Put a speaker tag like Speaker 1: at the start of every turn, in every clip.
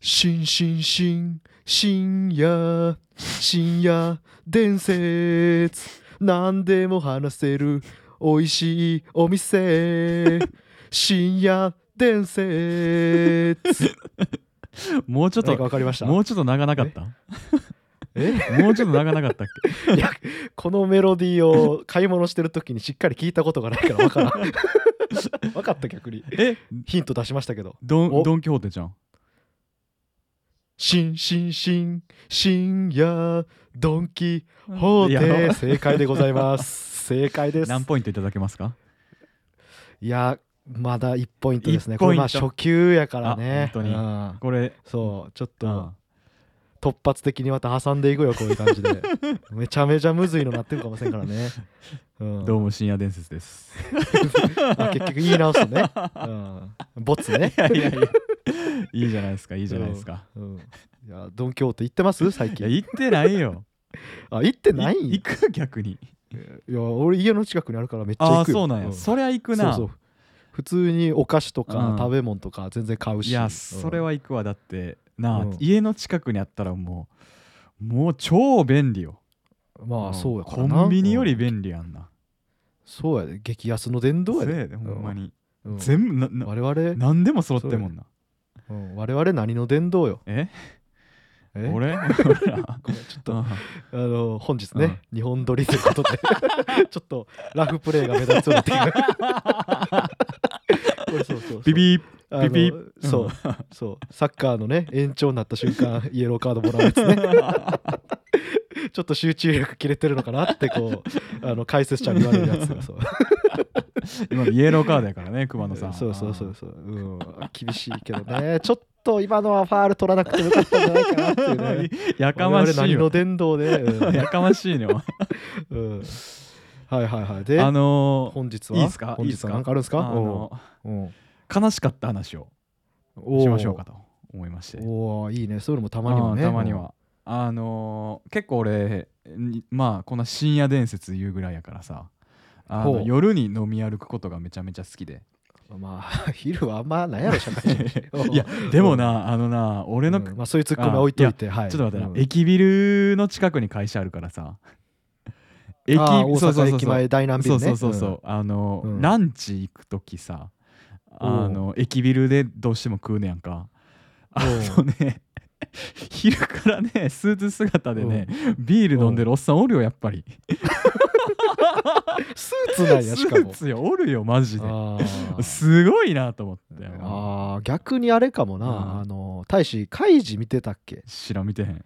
Speaker 1: 新新新深夜深夜伝説何でも話せる美味しいお店深夜伝説
Speaker 2: もうちょっ
Speaker 1: 何か
Speaker 2: と
Speaker 1: 分かりました
Speaker 2: もうちょっと長なかった
Speaker 1: え
Speaker 2: もうちょっと長なかったっ け
Speaker 1: いやこのメロディーを買い物してる時にしっかり聞いたことがないから分 からん分かった逆に
Speaker 2: え
Speaker 1: ヒント出しましたけど
Speaker 2: ド
Speaker 1: お
Speaker 2: ンドン・キホーテじゃん
Speaker 1: 新新新深夜ドンキホ
Speaker 2: いや
Speaker 1: ーテ正解でござい ます正解です
Speaker 2: 何ポイントいただけますか
Speaker 1: いやまだ1ポイントですね
Speaker 2: 1
Speaker 1: これまあ
Speaker 2: ポイント
Speaker 1: 初級やからね
Speaker 2: あ本当に
Speaker 1: うん
Speaker 2: これ
Speaker 1: そうちょっ
Speaker 2: う
Speaker 1: と
Speaker 2: ん
Speaker 1: 突発的にまた挟んでいくよこういう感じ でめちゃめちゃむずいのなってるかもしれんからね、うん、
Speaker 2: どうも深夜伝説です
Speaker 1: あ結局言い直すね、うん、ボツね
Speaker 2: いやいやいやいいじゃないですかいいじゃないですか
Speaker 1: うん、いやドン・キホーテ行ってます最
Speaker 2: いや
Speaker 1: 近
Speaker 2: 行ってないよ
Speaker 1: あ行って ないんや
Speaker 2: 行く逆に
Speaker 1: いや俺家の近くにあるからめっちゃ
Speaker 2: あ
Speaker 1: 行
Speaker 2: あ
Speaker 1: くよ
Speaker 2: そうなんや
Speaker 1: ん
Speaker 2: そりゃ行くな
Speaker 1: そうそう普通にお菓子と
Speaker 2: う
Speaker 1: か
Speaker 2: ん
Speaker 1: 食べ物とか全然買うし、
Speaker 2: いやそれ
Speaker 1: うん
Speaker 2: は行くわだってなあ
Speaker 1: うん
Speaker 2: 家の近くにあったらもうもう超便利よ
Speaker 1: ま
Speaker 2: う
Speaker 1: あ
Speaker 2: ん
Speaker 1: そうやから
Speaker 2: コ
Speaker 1: な
Speaker 2: ンビニより
Speaker 1: うん
Speaker 2: 便利やんな
Speaker 1: そうやで激安の殿堂や
Speaker 2: せ
Speaker 1: で、
Speaker 2: やでほんまに
Speaker 1: うん
Speaker 2: 全部なな
Speaker 1: 我々、
Speaker 2: 何でも揃ってんもんな
Speaker 1: うん我々何の殿堂よ
Speaker 2: え
Speaker 1: え
Speaker 2: 俺俺
Speaker 1: ご
Speaker 2: ら
Speaker 1: めんちょっ
Speaker 2: う
Speaker 1: と
Speaker 2: ん
Speaker 1: あの本日ね、日本撮りということで ちょっとラフプレーが目立つようになってきたこ れ そうそうそう
Speaker 2: ビビー
Speaker 1: あの
Speaker 2: ピピ
Speaker 1: そうう そうサッカーのね延長になった瞬 間イエローカードもらうやつね ちょっと集中力切れてるのかなってこうあの解説者に言われるやつがそう
Speaker 2: 今のイエローカードやからね 熊野さん
Speaker 1: そうそうそうそう、うん、厳しいけどねちょっと今のはファール取らなくてもよかったんじゃないかなっていう
Speaker 2: あー
Speaker 1: ね
Speaker 2: やか
Speaker 1: 我
Speaker 2: ま
Speaker 1: 々
Speaker 2: しい
Speaker 1: 何の
Speaker 2: よ
Speaker 1: 伝道で、う ん
Speaker 2: やかましいねお前
Speaker 1: うんはいはいはいで、
Speaker 2: あのー
Speaker 1: 本日はい
Speaker 2: いっすか
Speaker 1: 本
Speaker 2: いいっ
Speaker 1: 日
Speaker 2: す
Speaker 1: は
Speaker 2: か
Speaker 1: 何かあるんですか
Speaker 2: あの
Speaker 1: うん
Speaker 2: 悲しかった話を
Speaker 1: うん
Speaker 2: しましょうかと思いまして
Speaker 1: おおいいねそういうのもたまにはね
Speaker 2: あーたまにはあのー結構俺にまあこの深夜伝説言うぐらいやからさあ
Speaker 1: ほ
Speaker 2: の
Speaker 1: う
Speaker 2: 夜に飲み歩くことがめちゃめちゃ好 きで
Speaker 1: まあ 昼はあんまなんやろ社会人
Speaker 2: いやでもなあのな俺の、
Speaker 1: うん
Speaker 2: ちょ
Speaker 1: まあ、そういうツッコミは置いといてはい
Speaker 2: っと待ってな、
Speaker 1: うん
Speaker 2: 駅ビルの近くに会社あるからさ駅
Speaker 1: ああ大
Speaker 2: そうそ
Speaker 1: 阪
Speaker 2: うそうそう
Speaker 1: 駅前大難ビ
Speaker 2: そ
Speaker 1: ル
Speaker 2: う
Speaker 1: ね
Speaker 2: そうそうそう、あの、
Speaker 1: うん
Speaker 2: ランチ行く時さあの駅ビルでどうしても食うねやんかあ
Speaker 1: お
Speaker 2: のね 昼からねスーツ姿でねビール飲んでるおっさんおるよやっぱり
Speaker 1: うん スーツなん
Speaker 2: ス
Speaker 1: やしか
Speaker 2: ー
Speaker 1: も
Speaker 2: ツよおるよマジで
Speaker 1: あー
Speaker 2: すごいなと思って
Speaker 1: あー逆にあれかもな、
Speaker 2: うん
Speaker 1: あの大使カイジ見てたっけ
Speaker 2: 知らん見てへん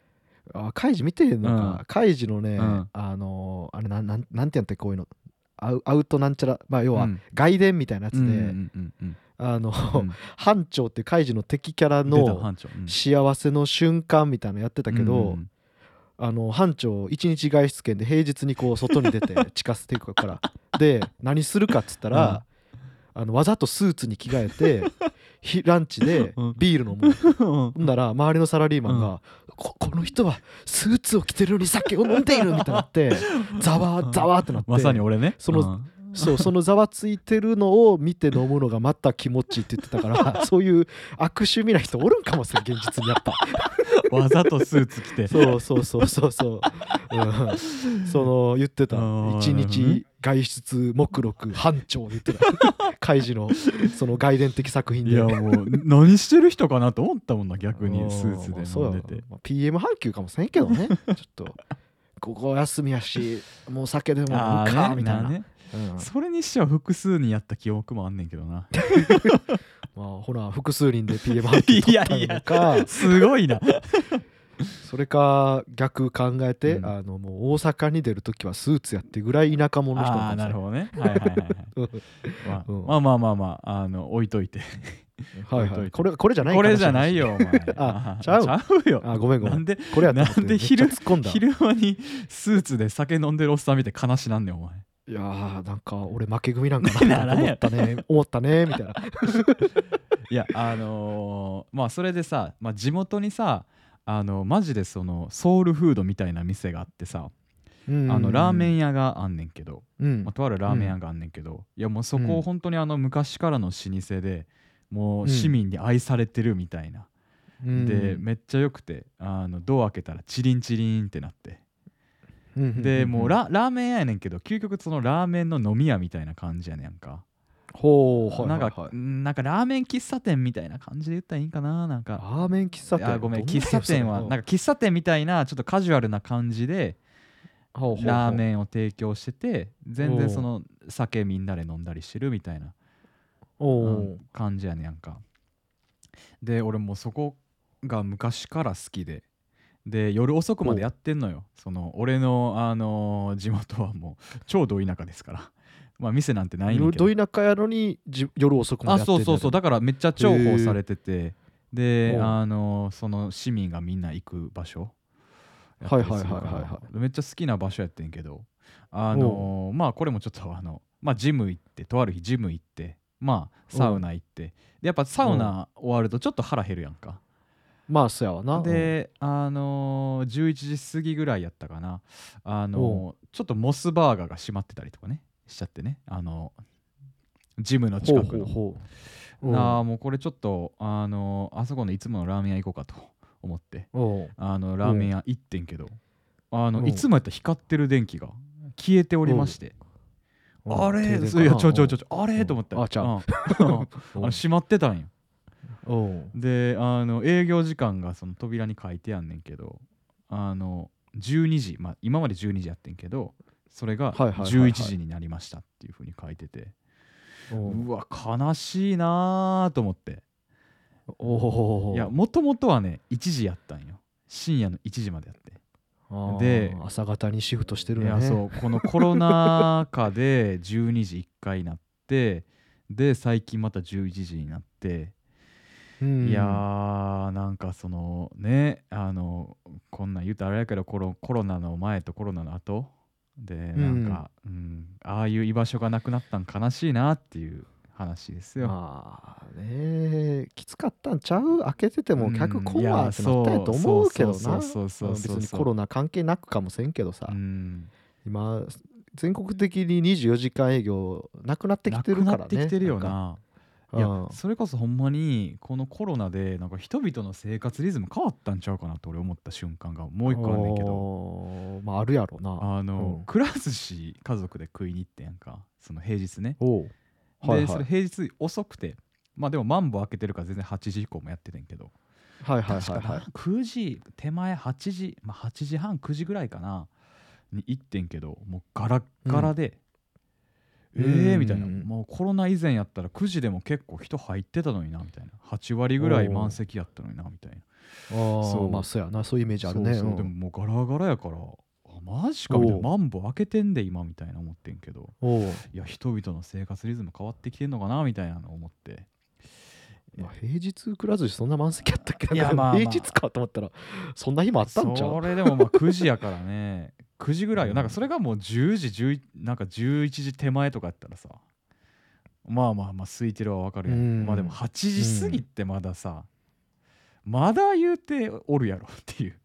Speaker 1: あカイジ見てへんのか、
Speaker 2: うん
Speaker 1: カイジのね、
Speaker 2: うん
Speaker 1: あのあれなんなんなんてやったっけこういうのアウアウトなんちゃらまあ要は
Speaker 2: うん
Speaker 1: 外伝みたいなやつで、
Speaker 2: うんうんうんうん
Speaker 1: あの、
Speaker 2: うん
Speaker 1: 班長っていうカイジの敵キャラ
Speaker 2: 出た
Speaker 1: の
Speaker 2: 班長うん
Speaker 1: 幸せの瞬間みたいなのやってたけど、
Speaker 2: うんうん
Speaker 1: あの班長一日外出券で平日にこう外に出て地下鉄から で何するかっつったら、あのわざとスーツに着替えてひランチで
Speaker 2: うん
Speaker 1: ビール飲む、
Speaker 2: うん
Speaker 1: ほんなら周りのサラリーマンが、
Speaker 2: う
Speaker 1: ここの人はスーツを着てるのに酒を飲んでいるみたいになって ざわざわってなって
Speaker 2: まさに俺ね
Speaker 1: その
Speaker 2: うん
Speaker 1: そうそのざわついてるのを見て飲むのがまた気持ちいいって言ってたから そういう悪趣味な人おるんかもしれん現実にやっぱ。
Speaker 2: わざとスーツ着て
Speaker 1: そうそうそうそうそう、うん、その言ってた
Speaker 2: あー
Speaker 1: 一
Speaker 2: なるほどね
Speaker 1: 日外出目録班長で言って た開示のその外伝的作品で
Speaker 2: いやもう何してる人かなと思ったもんな逆
Speaker 1: うん
Speaker 2: にスーツで
Speaker 1: そう
Speaker 2: 飲
Speaker 1: や
Speaker 2: んでて
Speaker 1: まあ PM 半休かもしれんけど ねちょっとここ休みやしもう酒でも飲む
Speaker 2: あー
Speaker 1: か
Speaker 2: ね
Speaker 1: みたいな、
Speaker 2: ね
Speaker 1: うんま
Speaker 2: それにしては複数にやった記憶もあんねんけど な
Speaker 1: あ、ほら複数人で PM 半休取ったのか
Speaker 2: すごいな
Speaker 1: それか逆考えて、
Speaker 2: うん
Speaker 1: あのもう大阪に出るときはスーツやってぐらい田舎者の人
Speaker 2: ああー
Speaker 1: んで
Speaker 2: な
Speaker 1: す
Speaker 2: る
Speaker 1: よ
Speaker 2: ほどねはいはいはいはい、ま あ
Speaker 1: うん
Speaker 2: まあまあまあまああの置い といて
Speaker 1: はい
Speaker 2: 置いと
Speaker 1: はいい
Speaker 2: て
Speaker 1: これこれじゃない
Speaker 2: これじゃ
Speaker 1: 悲
Speaker 2: な
Speaker 1: し
Speaker 2: いよお前
Speaker 1: あ
Speaker 2: ー
Speaker 1: ちゃう
Speaker 2: ちゃうよ
Speaker 1: あごめんごめ
Speaker 2: なん
Speaker 1: ん
Speaker 2: で
Speaker 1: これやったこと
Speaker 2: なんで
Speaker 1: めっちゃ
Speaker 2: 昼
Speaker 1: 突っ込んだ
Speaker 2: 昼間にスーツで酒飲んでるおっさん見て悲しなんねんお前
Speaker 1: いやーなんか俺負け組なんかな と
Speaker 2: ならん
Speaker 1: 思
Speaker 2: や
Speaker 1: ったね思ったねみたいない
Speaker 2: やあのーまあそれでさ、まあ、地元にさあのマジでそのソウルフードみたいな店があってさ、あのラーメ
Speaker 1: ン、
Speaker 2: ン屋があんねんけど、
Speaker 1: うん
Speaker 2: まあ、とあるラーメン屋があんねんけど、いやもうそうこ
Speaker 1: ん
Speaker 2: 本当にあの昔からの老舗でもう
Speaker 1: うん
Speaker 2: 市民に愛されてるみたいな、
Speaker 1: うん
Speaker 2: でめっちゃよくてあのドア開けたらチリンチリンってなって
Speaker 1: うんうんうん
Speaker 2: でもうララーメン屋やねんけど究極そのラーメンの飲み屋みたいな感じやねんか、
Speaker 1: ほうはいはいは
Speaker 2: なん
Speaker 1: い
Speaker 2: かなんかラーメン喫茶店みたいな感じで言ったらいいんかななんか
Speaker 1: ラーメン喫茶
Speaker 2: あ
Speaker 1: 店
Speaker 2: ごめん
Speaker 1: どな
Speaker 2: 喫茶店は
Speaker 1: う
Speaker 2: なんんか喫茶店みたいなちょっとカジュアルな感じで
Speaker 1: ほうほうほう
Speaker 2: ラーメンを提供してて全
Speaker 1: お
Speaker 2: 然
Speaker 1: う
Speaker 2: その酒みんなで飲んだりしてるみたいな
Speaker 1: お
Speaker 2: う
Speaker 1: ー
Speaker 2: ん感じやねやんかで俺もうそこが昔から好きでで夜遅くまでやってんのよその俺の、あのー地元はもう超ど田舎ですからまあ店なんてないんだけど
Speaker 1: ど田舎やのにじ夜遅くま
Speaker 2: あ
Speaker 1: でやってん
Speaker 2: そうそうそう
Speaker 1: だ
Speaker 2: だからめっちゃ重宝されててで
Speaker 1: おう
Speaker 2: あのその市民がみんな行く場所やったりする
Speaker 1: は
Speaker 2: から
Speaker 1: いはいはいはいは
Speaker 2: めっちゃ好きな場所やってんけどあのまあこれもちょっとあのまあジム行ってとある日ジム行ってまあサウナ行ってでやっぱサウナ終わるとちょっと腹減るやんか
Speaker 1: まあそうやわな
Speaker 2: であの11時過ぎぐらいやったかなあのちょっとモスバーガーが閉まってたりとかねしちゃってねあのジムの
Speaker 1: うんほ
Speaker 2: 近
Speaker 1: うほう
Speaker 2: くの
Speaker 1: ほう
Speaker 2: なあもうこれちょっとあのあそこのいつものラーメン屋行こうかと思って
Speaker 1: おう
Speaker 2: あのラーメン屋行ってんけどあ
Speaker 1: う
Speaker 2: の
Speaker 1: ん
Speaker 2: いつもやったら光ってる電気が消えておりまして
Speaker 1: おう
Speaker 2: あ
Speaker 1: 停電か
Speaker 2: れ
Speaker 1: な
Speaker 2: そういやちょちょち
Speaker 1: お
Speaker 2: ょ
Speaker 1: う
Speaker 2: ちょあれと思った
Speaker 1: あちゃう
Speaker 2: うん あの閉まってたんよ
Speaker 1: おう
Speaker 2: であの営業時間がその扉に書いてあんねんけどあの12時まあ今まで12時やってんけどそれが
Speaker 1: はいはいはいはい
Speaker 2: 11時になりましたっていうふうに書いてて
Speaker 1: おう
Speaker 2: うわ悲しいなあと思って
Speaker 1: おう
Speaker 2: いやもともとはね1時やったんよ深夜の1時までやって、
Speaker 1: あー
Speaker 2: で
Speaker 1: 朝方にシフトしてる
Speaker 2: い
Speaker 1: ね
Speaker 2: やそうこのコロナ禍で12時1回なってで最近また11時になって、
Speaker 1: うん
Speaker 2: いやーなんかそのねあのこんなん言うとあれやけどコロコロナの前とコロナの後でなんか、うんああいう居場所がなくなったん悲しいなっていう話ですよ。
Speaker 1: まあねきつかったんちゃう開けてても客来
Speaker 2: うん
Speaker 1: ん
Speaker 2: い
Speaker 1: わ
Speaker 2: や
Speaker 1: ってなったんやと思うけど
Speaker 2: そ
Speaker 1: な
Speaker 2: うそうそうそうそうそうそう
Speaker 1: 別にコロナ関係なくかもせんけどさ、
Speaker 2: うん
Speaker 1: 今全国的に24時間営業なくなってきてるか
Speaker 2: なく
Speaker 1: らね
Speaker 2: なってきてるよな。い
Speaker 1: な
Speaker 2: や
Speaker 1: んか
Speaker 2: それこそほんまにこのコロナでなんか人々の生活リズム変わったんちゃうかなと俺思った瞬間がもう一個あんねんけど
Speaker 1: おーまああるやろな
Speaker 2: あの、
Speaker 1: うん
Speaker 2: くら寿司家族で食いに行ってんやんかその平日ね、
Speaker 1: おうはいは
Speaker 2: で
Speaker 1: い
Speaker 2: それ平日遅くてまあでもマンボ開けてるから全然8時以降もやっててんけど、
Speaker 1: はいはいはい
Speaker 2: 確か
Speaker 1: は
Speaker 2: ない9時手前8時、まあ、8時半9時ぐらいかなに行ってんけどもうガラッガラで、
Speaker 1: うん
Speaker 2: え
Speaker 1: う
Speaker 2: ー
Speaker 1: ん
Speaker 2: みたいなもうコロナ以前やったら9時でも結構人入ってたのになみたいな8割ぐらい満席やったのになみたいな
Speaker 1: あー
Speaker 2: そう
Speaker 1: まあそうやなそういうイメージあるね
Speaker 2: そうそうでももうガラガラやからあマジかみたいな
Speaker 1: おう
Speaker 2: マンボ開けてんで今みたいな思ってんけど
Speaker 1: うんおう
Speaker 2: いや人々の生活リズム変わってきてんのかなみたいなの思って
Speaker 1: まあ平日くらずしそんな満席やったっけ
Speaker 2: いや
Speaker 1: なんか
Speaker 2: まあまあ
Speaker 1: 平日かと思ったらそんな日もあったんちゃ
Speaker 2: そうれでもまあ9時やから ね9時ぐらいよなんかそれがもう10時11なんか11時手前とかやったらさまあまあまあ空いてるはわかるやん、
Speaker 1: うん
Speaker 2: まあでも8時過ぎってまださ、まだ言うておるやろっていう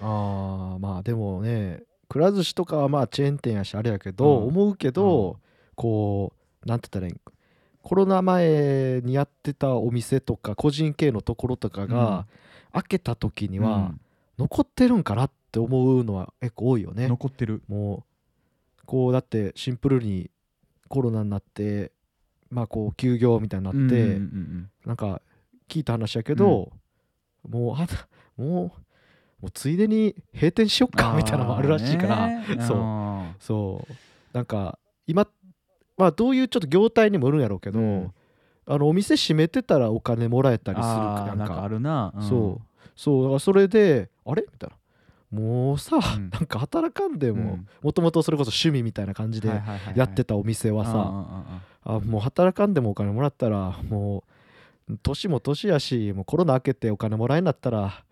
Speaker 1: あーまあでもねくら寿司とかはまあチェーン店やしあれやけど、
Speaker 2: うん
Speaker 1: 思うけど、こうなんて言ったらいいんコロナ前にやってたお店とか個人系のところとかが、開けた時には残ってるんかなって思うのは結構多いよ
Speaker 2: うん
Speaker 1: ね。
Speaker 2: 残ってる
Speaker 1: もうこうだってシンプルにコロナになってまあこう休業みたいになって、
Speaker 2: うんうんうん
Speaker 1: なんか聞いた話やけど、もうあたもうもうついでに閉店しよっかみたいなのもあるらしいから、
Speaker 2: あーね
Speaker 1: そう
Speaker 2: あ
Speaker 1: そうなんか今まあどういうちょっと業態にもよるんやろうけど、
Speaker 2: うん
Speaker 1: あのお店閉めてたらお金もらえた
Speaker 2: ー
Speaker 1: りする
Speaker 2: あ
Speaker 1: か
Speaker 2: ー
Speaker 1: な
Speaker 2: なんんか
Speaker 1: か
Speaker 2: あるな、ん
Speaker 1: そうそうだからそれであれみたいなもうさ、
Speaker 2: ん
Speaker 1: なんか働かんで
Speaker 2: う
Speaker 1: も
Speaker 2: ん
Speaker 1: もともとそれこそ趣味みたいな感じでやってたお店は
Speaker 2: た
Speaker 1: さ、あもう働かんでもお金もらったらもう年も年やしもうコロナ明けてお金もらえんだったら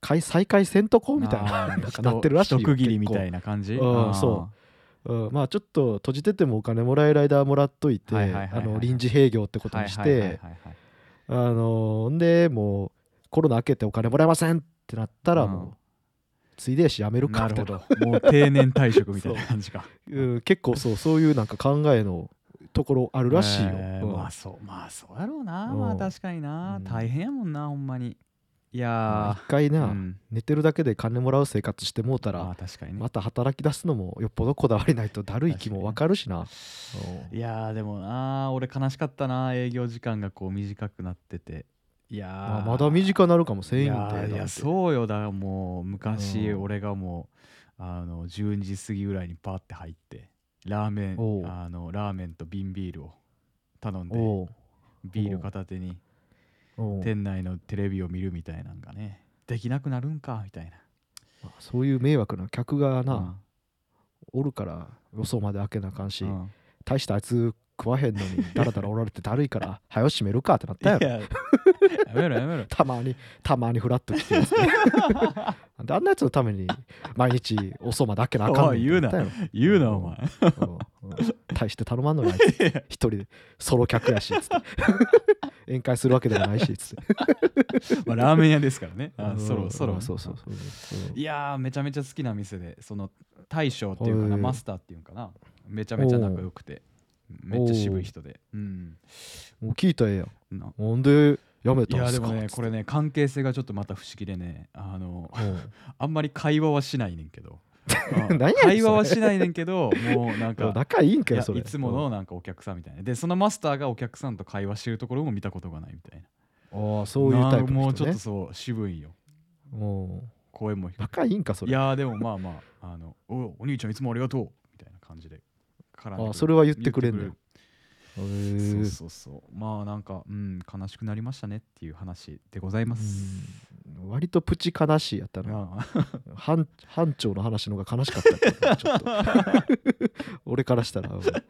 Speaker 1: 買い再開せんとこみたいな なんかなってるらしいよ
Speaker 2: 一区切りみた
Speaker 1: 結
Speaker 2: いな感じ
Speaker 1: うんそ構うんまあちょっと閉じててもお金もらえる間はもらっといて
Speaker 2: はいはいはい
Speaker 1: あ
Speaker 2: はい
Speaker 1: の臨時営業って
Speaker 2: う
Speaker 1: こと
Speaker 2: はい
Speaker 1: にし
Speaker 2: はいはいはい
Speaker 1: てあのんでもうコロナ明けてお金もらえませんってなったら
Speaker 2: うん
Speaker 1: もうついでやしやめるかみ
Speaker 2: なる
Speaker 1: たい
Speaker 2: ほ
Speaker 1: な
Speaker 2: どもう定年退職みたいな感じ か
Speaker 1: うん結構そうそういうなんか考えのところあるらしいよ。
Speaker 2: えー
Speaker 1: うん
Speaker 2: まあそうまあそうやろうな
Speaker 1: うん
Speaker 2: まあ確かにな
Speaker 1: うん
Speaker 2: 大変やもんなほんまにい
Speaker 1: まあ
Speaker 2: や
Speaker 1: 一回
Speaker 2: ー
Speaker 1: な、
Speaker 2: うん
Speaker 1: 寝てるだけで金もらう生活してもうたら
Speaker 2: まあ確かにね
Speaker 1: また働き出すのもよっぽどこだわりないとだるい気もわかるしな。
Speaker 2: いやーでもなー俺悲しかったな営業時間がこう短くなってていやー
Speaker 1: まあまだ短なるかもせん
Speaker 2: い
Speaker 1: よ
Speaker 2: や
Speaker 1: って。
Speaker 2: ーい
Speaker 1: だっ
Speaker 2: や
Speaker 1: て
Speaker 2: そうよだからもう昔
Speaker 1: うん
Speaker 2: 俺がもうあの12時過ぎぐらいにパーって入ってラーメン
Speaker 1: おう
Speaker 2: あのラーメンと瓶ビールを頼んで
Speaker 1: おう
Speaker 2: ビール片手に
Speaker 1: おう
Speaker 2: 店内のテレビを見るみたいなんがねできなくなるんかみたい
Speaker 1: まあそういう迷惑な客が
Speaker 2: な
Speaker 1: な、おるから予想まで開けなあかんし、
Speaker 2: うんうん
Speaker 1: 大したあいつ食わへんの にだらだらおられてだるいから早よ閉めるかってなっ
Speaker 2: い
Speaker 1: た
Speaker 2: や
Speaker 1: やろ。
Speaker 2: やめろや めろ
Speaker 1: たまにたまにフラッと来てです ねなんであんなやつのために毎日おそまで開けなあかんのってったやろ
Speaker 2: 言うなお前
Speaker 1: うんうん大して頼まんのにあいつ一人でソロ客やし つって宴会するわけでもないしつって
Speaker 2: まあラーメン屋ですか らねあ
Speaker 1: うん
Speaker 2: ソロソロ
Speaker 1: うんそうそうそううん
Speaker 2: いやーめちゃめちゃ好きな店でその大将っていうか
Speaker 1: へ
Speaker 2: な
Speaker 1: ー
Speaker 2: マスターっていうかなめちゃめちゃ仲良くてめっちゃ渋い人でうん
Speaker 1: もう聞いたらええやん
Speaker 2: な
Speaker 1: なんでやめ
Speaker 2: い
Speaker 1: たん
Speaker 2: や
Speaker 1: で
Speaker 2: です
Speaker 1: か
Speaker 2: もね
Speaker 1: つ
Speaker 2: こ
Speaker 1: って
Speaker 2: れね関係性がちょっとまた不思議でねあの
Speaker 1: うん
Speaker 2: あんまり会話はしないねんけ どう
Speaker 1: 何や
Speaker 2: ん
Speaker 1: ねんそれ
Speaker 2: 会話はしないねんけどもうなん
Speaker 1: うん
Speaker 2: か
Speaker 1: 仲いいん
Speaker 2: い
Speaker 1: かよ
Speaker 2: や
Speaker 1: それ
Speaker 2: いつものなんかお客さんみたいなでそのマスターがお客さんと会話してるところも見たことがないみたいな
Speaker 1: うんああそういうタイプ
Speaker 2: なも
Speaker 1: の
Speaker 2: う
Speaker 1: 人
Speaker 2: ちょっ
Speaker 1: ね
Speaker 2: とそう渋いんよ
Speaker 1: うん
Speaker 2: 声も低くて
Speaker 1: 仲いいんかそ
Speaker 2: い
Speaker 1: れ
Speaker 2: やーでもまあまああのおお兄ちゃんいつもありがとうみたいな感じで絡んでくる
Speaker 1: あそれは言ってくれんのよへ
Speaker 2: 言ってくれる
Speaker 1: え
Speaker 2: そうそうそうまあなんかうん悲しくなりましたねっていう話でございます、
Speaker 1: うん割とプチ悲しいやったな
Speaker 2: あ
Speaker 1: 班班長の話の方が悲しかったけどちょっと 俺からしたらうん
Speaker 2: あ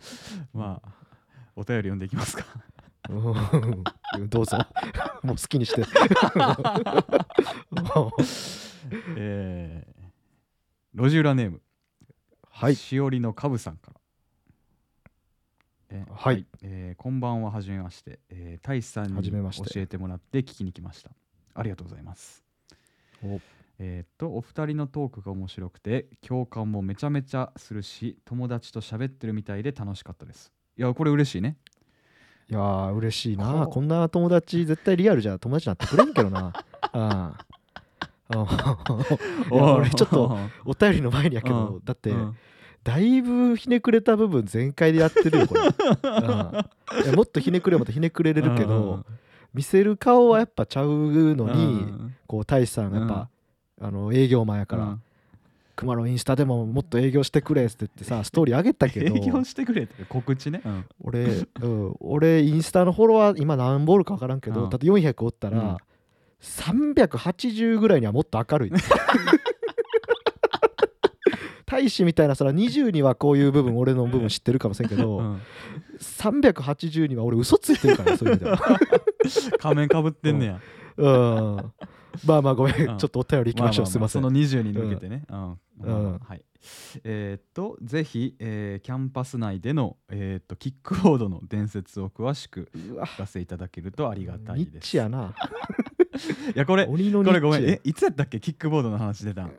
Speaker 2: まあお便り読んでいきますか
Speaker 1: うんどうぞ。 もう好きに して。
Speaker 2: えー、路地裏ネーム
Speaker 1: はい。
Speaker 2: しおりのかぶさんから。え
Speaker 1: はい
Speaker 2: えーこんばんは、はじめまして。えー、大志さん
Speaker 1: は
Speaker 2: に
Speaker 1: じめまして
Speaker 2: 教えてもらって聞きに来ました。ありがとうございます
Speaker 1: お。
Speaker 2: えーっとお二人のトークが面白くて共感もめちゃめちゃするし友達と喋ってるみたいで楽しかったですいやこれ嬉しいね
Speaker 1: いやー、嬉しい
Speaker 2: こ
Speaker 1: な。
Speaker 2: う
Speaker 1: こんな友達、絶対リアルじゃ友達になってくれんけど な。ああ。いや俺ちょっとお便りの前にやけ
Speaker 2: う
Speaker 1: ど
Speaker 2: ん、
Speaker 1: だって
Speaker 2: う、ん
Speaker 1: だいぶひねくれた部分全開でやってるよ、こ れ。うんいやもっとひねくればひねくれれるけど、見せる顔はやっぱちゃう
Speaker 2: うん
Speaker 1: の
Speaker 2: う
Speaker 1: に、
Speaker 2: ん
Speaker 1: こう、大志さん、やっぱ、あの営業マンやから、熊のインスタでももっと営業してくれって言って さストーリー上げたけど
Speaker 2: 営業してくれって告知ね、うん
Speaker 1: 俺、うん、俺インスタのフォロワー今何ボールか分からんけど、
Speaker 2: うん
Speaker 1: だって400おったら、
Speaker 2: うん
Speaker 1: 380ぐらいにはもっと明 るい大使みたいなそら20にはこういう 部分俺の部分知ってるかもしれんけど、
Speaker 2: うん
Speaker 1: 380には俺嘘ついてるからそういう意味で は、
Speaker 2: 仮面かぶってんねや、
Speaker 1: うん、まあまあごめん、
Speaker 2: うん
Speaker 1: ちょっとお便り行きましょう、
Speaker 2: あああ
Speaker 1: すいません
Speaker 2: その20に向けてね。うん
Speaker 1: うん
Speaker 2: うんはいえーっとぜひ、えーキャンパス内での、えーっとキックボードの伝説を詳しく
Speaker 1: うわ
Speaker 2: お聞かせいただけるとありがたい
Speaker 1: ニ
Speaker 2: で
Speaker 1: ッ
Speaker 2: す。
Speaker 1: チやな
Speaker 2: いやこれこ
Speaker 1: 鬼のニッチや
Speaker 2: れごめんえいつやったっけキックボードの話出たん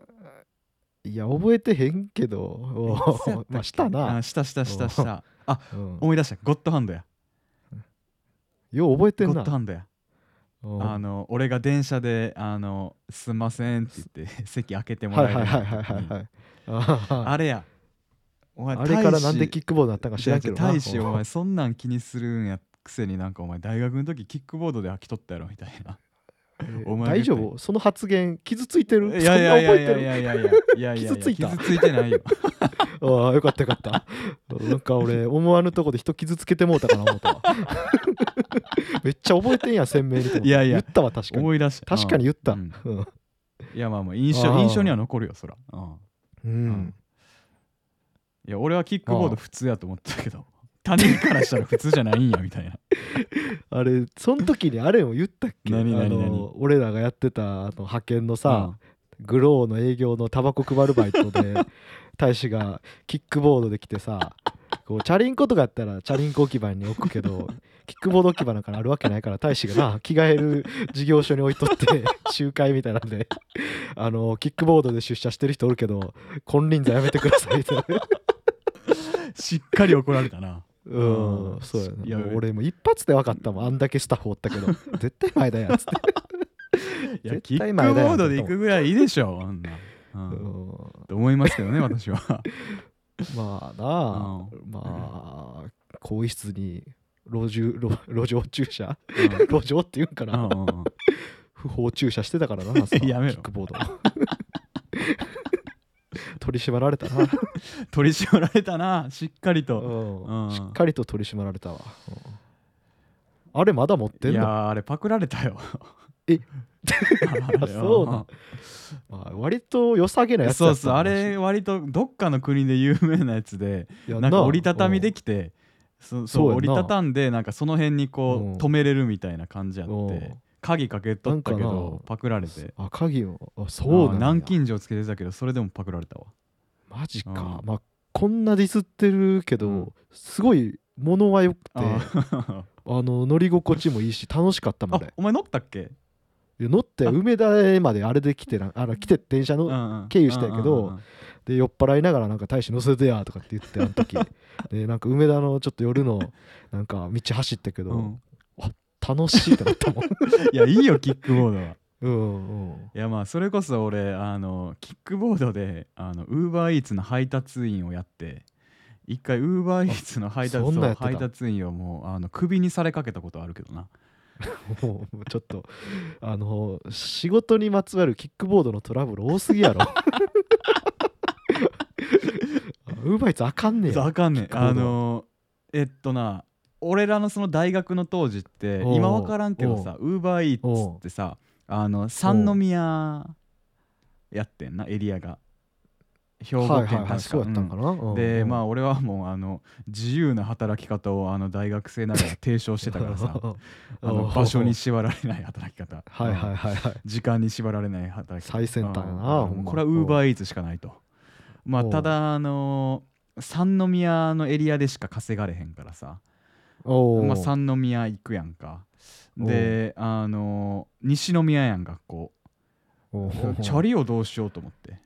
Speaker 1: いや覚えてへんけど お
Speaker 2: いつやったっ
Speaker 1: ー
Speaker 2: け
Speaker 1: まあしたな
Speaker 2: あ、したしたしたしたあ
Speaker 1: うん、
Speaker 2: 思い出したゴッドハンドや
Speaker 1: よう覚えて
Speaker 2: ゴ
Speaker 1: ん
Speaker 2: ッ
Speaker 1: な
Speaker 2: ドハンドや
Speaker 1: うん
Speaker 2: あの俺が電車であの「すんません」って言って席開けても
Speaker 1: は
Speaker 2: ら
Speaker 1: い
Speaker 2: え
Speaker 1: はい
Speaker 2: な
Speaker 1: はい
Speaker 2: か
Speaker 1: はい
Speaker 2: った
Speaker 1: はいは
Speaker 2: 時に
Speaker 1: いあ
Speaker 2: あれやお前
Speaker 1: あれからなん
Speaker 2: 大
Speaker 1: で
Speaker 2: 使
Speaker 1: キックボードだったんか知らんけどな
Speaker 2: 大使お前そんなん気にするんやくせになんかお前大学の時キックボードで飽きとったやろみたい
Speaker 1: う
Speaker 2: な。
Speaker 1: ん
Speaker 2: お前
Speaker 1: 大丈夫その発言傷ついてるそんな覚えてる
Speaker 2: いやいやいやいやいやいやいや
Speaker 1: 傷ついた
Speaker 2: 傷ついてないよ。
Speaker 1: ああよかったよかったなんか 俺思わぬとこで人傷つけてもうたかな思ったわ めっちゃ覚えてんやん鮮明にと思って
Speaker 2: いやいや
Speaker 1: 言ったわ確かに
Speaker 2: 思い出し
Speaker 1: 確かに言った
Speaker 2: うん
Speaker 1: うん
Speaker 2: いやまあまあ印象
Speaker 1: あー
Speaker 2: 印象には残るよそら、うん、
Speaker 1: うん
Speaker 2: いや俺はキックボード普通やと思ってたけど他人からしたら普通じゃないんやみたいな
Speaker 1: あれその時にあれも言ったっけ
Speaker 2: 何何
Speaker 1: あの
Speaker 2: 何
Speaker 1: 俺らがやってたあの派遣のさ、グローの営業のタバコ配るバイト で大使がキックボードで来てさこうチャリンコとかやったらチャリンコ置き場に置くけどキックボード置き場なんかあるわけないから大使がな着替える事業所に置いと って集会みたいなんであのキックボードで出社してる人おるけど金輪際やめてくださいみたいな。
Speaker 2: うんしっかり怒られたな
Speaker 1: う
Speaker 2: うん
Speaker 1: ん、そうや
Speaker 2: い
Speaker 1: な
Speaker 2: や
Speaker 1: もう俺も一発で分かったもんあんだけスタッフおったけど 絶対前だやんつって、
Speaker 2: いや
Speaker 1: 絶
Speaker 2: キック
Speaker 1: 対
Speaker 2: ボ
Speaker 1: 前だよ
Speaker 2: ードで行くぐらいいいでしょあんな、う
Speaker 1: う
Speaker 2: ん
Speaker 1: ん
Speaker 2: と思いますけどね私は
Speaker 1: まあなあ、まあ更衣室に路上路路上駐車 路上っていうんか
Speaker 2: うん
Speaker 1: な、
Speaker 2: うんうん
Speaker 1: 不法駐車してたからなさ
Speaker 2: やめろ
Speaker 1: キックボード 取り締まられたな、
Speaker 2: 取り締まられたなしっかり
Speaker 1: う
Speaker 2: と、
Speaker 1: ん
Speaker 2: うん
Speaker 1: しっかりと取り締まられたわ、うんあれまだ持ってん
Speaker 2: いや
Speaker 1: の、
Speaker 2: ーあれパクられたよ
Speaker 1: え
Speaker 2: あれは
Speaker 1: そうなんまあ、割と良さげなやつ
Speaker 2: そう
Speaker 1: やった
Speaker 2: そう
Speaker 1: な
Speaker 2: あれ割とどっかの国で有名なやつで
Speaker 1: いや
Speaker 2: なんか折りたたみ
Speaker 1: うん
Speaker 2: できてそ
Speaker 1: そう
Speaker 2: そ
Speaker 1: や
Speaker 2: うん
Speaker 1: な
Speaker 2: 折りたたんでなんかその辺にこ
Speaker 1: うん
Speaker 2: う止めれるみたいな感じやっ
Speaker 1: うん
Speaker 2: て鍵かけとったけ
Speaker 1: なんかな
Speaker 2: どパクられて
Speaker 1: あ鍵をあそうな
Speaker 2: あー
Speaker 1: んだ
Speaker 2: 南京錠つけてたけどそれでもパクられたわ
Speaker 1: マジか、
Speaker 2: うん
Speaker 1: まあこんなディスってるけど、
Speaker 2: うん
Speaker 1: すごい物は良くてあ
Speaker 2: あ
Speaker 1: の乗り心地もいいし楽しかったもん
Speaker 2: あ
Speaker 1: で
Speaker 2: お前乗ったっけ
Speaker 1: 乗って梅田へまであれで来てなあの来て電車の、経由したんやけどで酔っ払いながらなんか大使乗せてやとかって言ってあの 時でなんか梅田のちょっと夜のなんか道走ったけど、
Speaker 2: うん
Speaker 1: 楽しいってなったもん
Speaker 2: いやいいよキックボードは
Speaker 1: うんうん
Speaker 2: いやまあそれこそ俺あのキックボードであのウーバーイーツの配達員をやって一回ウーバーイーツの配達
Speaker 1: そんなんや
Speaker 2: と
Speaker 1: ってた
Speaker 2: 配達員をもうあのクビにされかけたことあるけどな
Speaker 1: もうちょっとあの仕事にまつわるキックボードのトラブル多すぎやろ ウーバーイーツあかんねや
Speaker 2: あかんねん
Speaker 1: キックボード
Speaker 2: あのえっとな俺らのその大学の当時って
Speaker 1: おう
Speaker 2: 今分からんけどさウーバーイーツってさあの三宮やってんなエリアが兵庫
Speaker 1: はいは
Speaker 2: 県確
Speaker 1: い
Speaker 2: か、
Speaker 1: はいそうやったんかな、うん
Speaker 2: でまあ
Speaker 1: あ
Speaker 2: 俺はもうあの自由な働き方をあの大学生ながら提唱してたか らさあの場所に縛られない働き方
Speaker 1: はいはいはいはい
Speaker 2: 時間に縛られない働き方
Speaker 1: 最先端やな
Speaker 2: うん
Speaker 1: ほんま
Speaker 2: これはウーバーイーツしかないとまあ
Speaker 1: おう
Speaker 2: ただあの三宮のエリアでしか稼がれへんからさ、
Speaker 1: おお、
Speaker 2: まあ、三宮行くやんかであの西宮やん学校
Speaker 1: おう
Speaker 2: チャリをどうしようと思って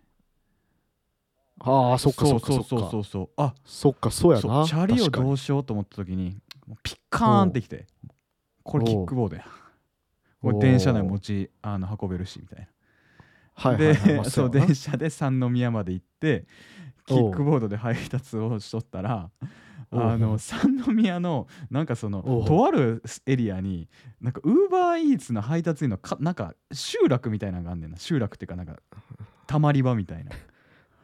Speaker 1: ああそっかそっかそっか
Speaker 2: そうそうそうそうあ
Speaker 1: そっかそうや
Speaker 2: そ
Speaker 1: な
Speaker 2: うチャリを
Speaker 1: 確かに
Speaker 2: どうしようと思った時にもうピッカーンってきてこれキックボードやこれ電車内持ちあの運べるしみたい
Speaker 1: はい
Speaker 2: な
Speaker 1: はいはいま
Speaker 2: で
Speaker 1: あ
Speaker 2: そう
Speaker 1: やな
Speaker 2: 電車で三宮まで行ってキ
Speaker 1: おう
Speaker 2: ックボードで配達をしとったら
Speaker 1: おう
Speaker 2: あの三宮のなんかその
Speaker 1: おう
Speaker 2: とあるエリアになんかウーバーイーツの配達員のかなんか集落みたいなのがあんねんな集落っていうかなんかたまり場みたいな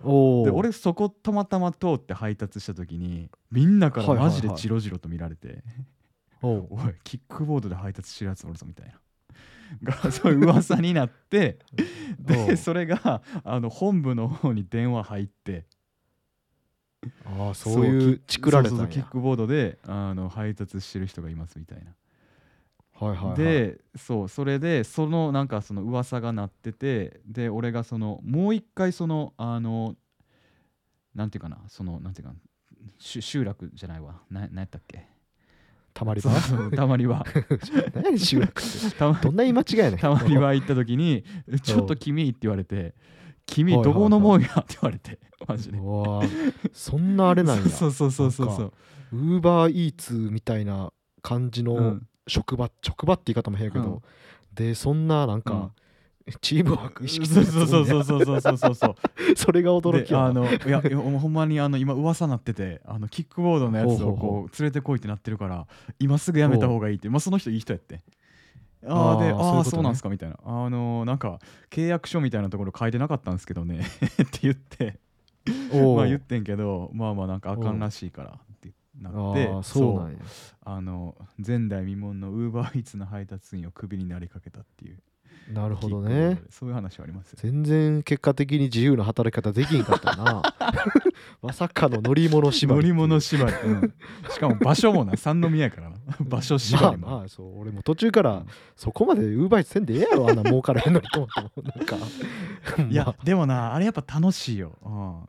Speaker 1: おお
Speaker 2: で俺そこたまたま通って配達した時にみんなから
Speaker 1: はいはいは
Speaker 2: マ
Speaker 1: い
Speaker 2: ジでジロジロと見られて、
Speaker 1: おう
Speaker 2: おいキックボードで配達してるやつおるぞみたいな。が そういう噂になって
Speaker 1: おう
Speaker 2: でそれがあの本部の方に電話入って
Speaker 1: ああそういうチクられたん
Speaker 2: そう
Speaker 1: や
Speaker 2: そうそうキックボードであの配達してる人がいますみたいな。
Speaker 1: はいはいはい、
Speaker 2: でそうそれでそのなんかその噂が鳴っててで俺がそのもう一回そのあのなんていうかなそのなんていうかな集集落じゃないわななんやったっけ
Speaker 1: たまり
Speaker 2: そ
Speaker 1: 場
Speaker 2: うそうたまりは
Speaker 1: 何やねん 集落って
Speaker 2: たま
Speaker 1: どんな言い間違いやねん
Speaker 2: たまりは行った 時に「ちょっと君」って言われて「君どこのもんや」って言われてマジで
Speaker 1: うわーそんなあれなんや
Speaker 2: そうそうそうそうそう
Speaker 1: ウーバーイーツみたいな感じ
Speaker 2: う
Speaker 1: の
Speaker 2: ん
Speaker 1: 職場、職場って言い方も変やけど、でそんななんか、チームワーク意識するや
Speaker 2: そう
Speaker 1: つお
Speaker 2: そ
Speaker 1: ん
Speaker 2: う
Speaker 1: ね
Speaker 2: そうそうそうそうそうそう
Speaker 1: それが驚き
Speaker 2: で
Speaker 1: やな
Speaker 2: あのいやいやほんまにあの今噂なっててあのキックボードのやつ
Speaker 1: ほう
Speaker 2: を
Speaker 1: ほう
Speaker 2: こう連れてこいってなってるから今すぐやめた方がいいってまあその人いい人やってあ
Speaker 1: あー
Speaker 2: あで
Speaker 1: そうい
Speaker 2: あ
Speaker 1: うこ
Speaker 2: あ
Speaker 1: とね
Speaker 2: そうなんすかみ たいなあのなんか契約書みたいなところ書いてなかったんですけどねって言って
Speaker 1: おう
Speaker 2: まあ言ってんけどまあまあなんかあかんらしいからってなって
Speaker 1: ああそうなんや
Speaker 2: あの前代未聞のウーバーイーツの配達員をクビになりかけたっていう
Speaker 1: なるほど
Speaker 2: キックボー
Speaker 1: ね
Speaker 2: ドでそういう話はありますよ
Speaker 1: 全然結果的に自由な働き方できんかった なまさかの乗り物縛り
Speaker 2: 乗り物
Speaker 1: 縛
Speaker 2: 縛り、うんしかも場所もな三宮やからな 場所縛り
Speaker 1: ま
Speaker 2: も、
Speaker 1: あまあそう俺も途中からそこまでウーバーイーツせんでええやろあんな儲からへんのにと思ってもなんか
Speaker 2: いや
Speaker 1: ま
Speaker 2: でもなあれやっぱ楽しいよ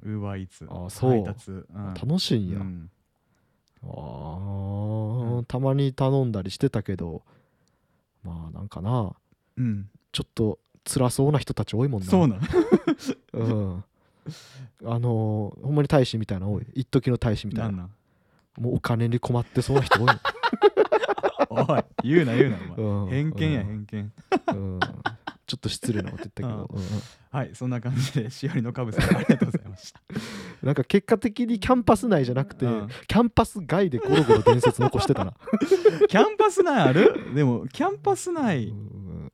Speaker 2: ウーバーイーツ
Speaker 1: あそう
Speaker 2: 配達、うん
Speaker 1: あ楽しいんや、
Speaker 2: うん
Speaker 1: ああたまに頼んだりしてたけどまあなんかな
Speaker 2: うん
Speaker 1: ちょっと辛そうな人たち多いもんな
Speaker 2: そうなん
Speaker 1: うん、あのーほんまに大使みたいなの多い一時の大使みた
Speaker 2: ないん
Speaker 1: な
Speaker 2: なん
Speaker 1: もうお金に困ってそうな人多い、
Speaker 2: おい言うな言うなお前、
Speaker 1: うん、
Speaker 2: 偏見や
Speaker 1: うん
Speaker 2: 偏見
Speaker 1: うんちょっと失礼なこと言ったけど、う
Speaker 2: はいそんな感じでしおりのかぶさんありがとうございました
Speaker 1: んなんか結果的にキャンパス内じゃなくて、
Speaker 2: うん
Speaker 1: キャンパス外でゴロゴロ伝説残してたな、
Speaker 2: キャンパス内あるでもキャンパス内
Speaker 1: うん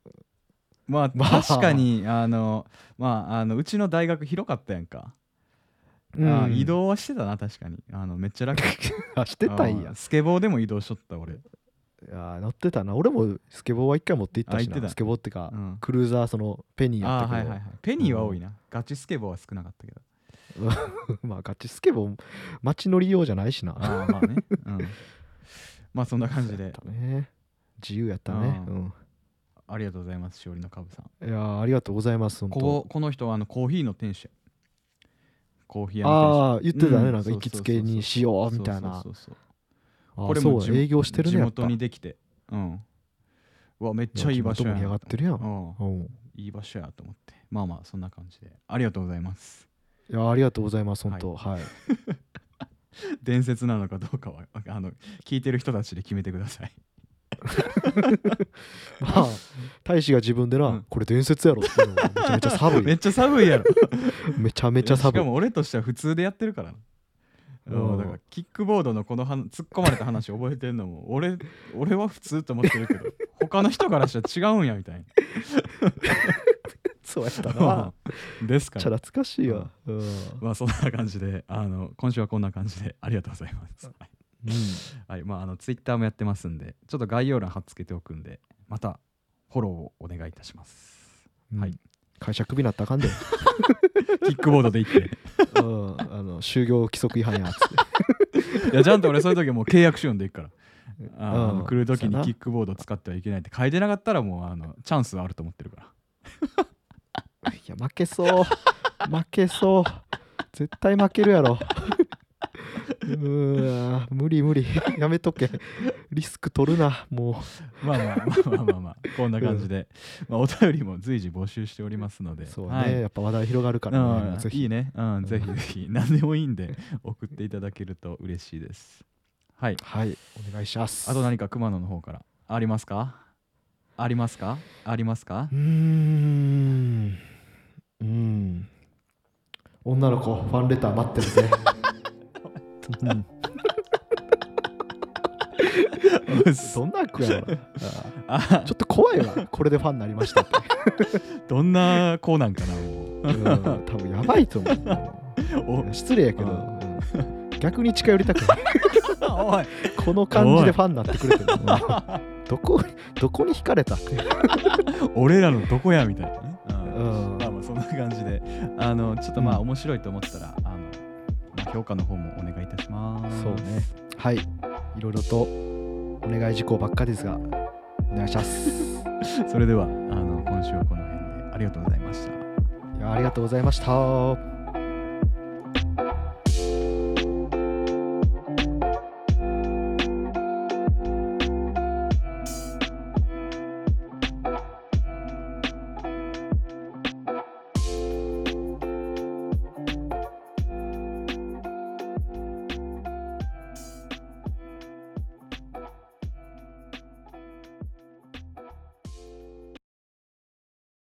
Speaker 2: まあ、
Speaker 1: まあ
Speaker 2: 確かにあのまああのうちの大学広かったやんか、
Speaker 1: うん
Speaker 2: あ 移動はしてたな確かにあのめっちゃ楽
Speaker 1: あしてたんや
Speaker 2: あスケボーでも移動しとった俺、
Speaker 1: いや乗ってたな俺もスケボーは一回持って行ったし
Speaker 2: あ行って
Speaker 1: な
Speaker 2: た
Speaker 1: スケボーってか、
Speaker 2: うん
Speaker 1: クルーザーそのペニーや
Speaker 2: あ
Speaker 1: っ
Speaker 2: ー
Speaker 1: た
Speaker 2: は
Speaker 1: け
Speaker 2: い
Speaker 1: ど、
Speaker 2: はいはいペニーは多いな、ガチスケボーは少なかっ たけど
Speaker 1: まあガチスケボー街乗り用じゃないしな
Speaker 2: ああまあね、うん、 まあそんな感じ
Speaker 1: やっ
Speaker 2: で
Speaker 1: たね自由やったね、
Speaker 2: う
Speaker 1: うん
Speaker 2: ありがとうございますしおりのかぶさ
Speaker 1: い
Speaker 2: ん
Speaker 1: やーありがとうございます本当
Speaker 2: ここの人はあのコーヒーの店主やコーヒー屋の
Speaker 1: ああ言ってたね、
Speaker 2: うん
Speaker 1: なんか行きつけにしようみたいな
Speaker 2: そうそうそうそ
Speaker 1: あ
Speaker 2: う
Speaker 1: ー
Speaker 2: これ
Speaker 1: そ
Speaker 2: も
Speaker 1: う
Speaker 2: 地
Speaker 1: 営業してるね
Speaker 2: 地
Speaker 1: やっぱ
Speaker 2: 元にできてうんうわめっちゃいい場所や
Speaker 1: 地元盛り上がってるやん
Speaker 2: うん
Speaker 1: うん
Speaker 2: いい場所やと思ってまあまあそんな感じでありがとうございます
Speaker 1: いやーありがとうございます本当はい、
Speaker 2: 伝説なのかどうかはあの聞いてる人たちで決めてくだ さい
Speaker 1: まあ 大使が自分でな、
Speaker 2: うん
Speaker 1: これ伝説やろっていうのがめちゃめちゃ 寒い
Speaker 2: めっちゃ寒いやろ
Speaker 1: めちゃめちゃ
Speaker 2: し
Speaker 1: 寒い
Speaker 2: かも俺としては普通でやってるからな
Speaker 1: うん
Speaker 2: うんだからキックボードのこのは突っ込まれた話覚えてるのも俺俺は普通と思ってるけ ど他の人からしたら違うんやみたい
Speaker 1: そうやった
Speaker 2: な
Speaker 1: な
Speaker 2: ですか
Speaker 1: めっちゃ
Speaker 2: ら
Speaker 1: 懐かしいわ、うんうん
Speaker 2: まあそんな感じであの今週はこんな感じでありがとうございますはい、まあ、あの、ツイッターもやってますんで、ちょっと概要欄貼っつけておくんで、また、フォローをお願いいたします。
Speaker 1: うん
Speaker 2: はい
Speaker 1: 会社クビなったらあかんで、
Speaker 2: キックボードで行って。
Speaker 1: うん、あの就業規則違反やっつって
Speaker 2: いや、ちゃんと俺、そういう時はもう契約書読んでいくから。あーあ
Speaker 1: う
Speaker 2: の
Speaker 1: ん
Speaker 2: 来る時
Speaker 1: そうや
Speaker 2: に
Speaker 1: な
Speaker 2: キックボード使ってはいけないって書いてなかったらもうあのチャンスはあると思ってるから
Speaker 1: いや負けそう負けそう絶対負けるやろ うーわ無理無理やめとけリスク取るなも
Speaker 2: まあまあまあまあまあ、まあ、こんな感じで、まあ、お便りも随時募集しておりますの
Speaker 1: う
Speaker 2: で
Speaker 1: そうね、
Speaker 2: はい
Speaker 1: やっぱ話題広がるからね、
Speaker 2: うん
Speaker 1: ぜひ
Speaker 2: いいね、うん、ぜひぜひ何でもいいんで送っていただけると嬉しいですはい
Speaker 1: はいお願いします
Speaker 2: あと何か熊野の方からありますかありますかありますか
Speaker 1: うーんうーん女の子ファンレター待ってるぜ、うん、 どんな悪やろなあ
Speaker 2: あ
Speaker 1: ちょっと怖いわこれでファンになりましたって、
Speaker 2: どんな子なんかなもう
Speaker 1: うん、多分やばいと思う
Speaker 2: お
Speaker 1: 失礼やけど、
Speaker 2: う
Speaker 1: うん逆に近寄りたくない
Speaker 2: おい
Speaker 1: この感じでファンになってくれてるうんどこどこに惹かれたっていう
Speaker 2: 俺らのどこやみたいなね、うん
Speaker 1: うん
Speaker 2: まあまあそんな感じであのちょっとまあ
Speaker 1: うん
Speaker 2: 面白いと思ったら、あのまあ評価の方もお願いいたします
Speaker 1: そうねはいいろいろとお願い事項ばっかですがお願いします
Speaker 2: それではあの今週はこの辺でありがとうございまし
Speaker 1: い
Speaker 2: た
Speaker 1: やありがとうございました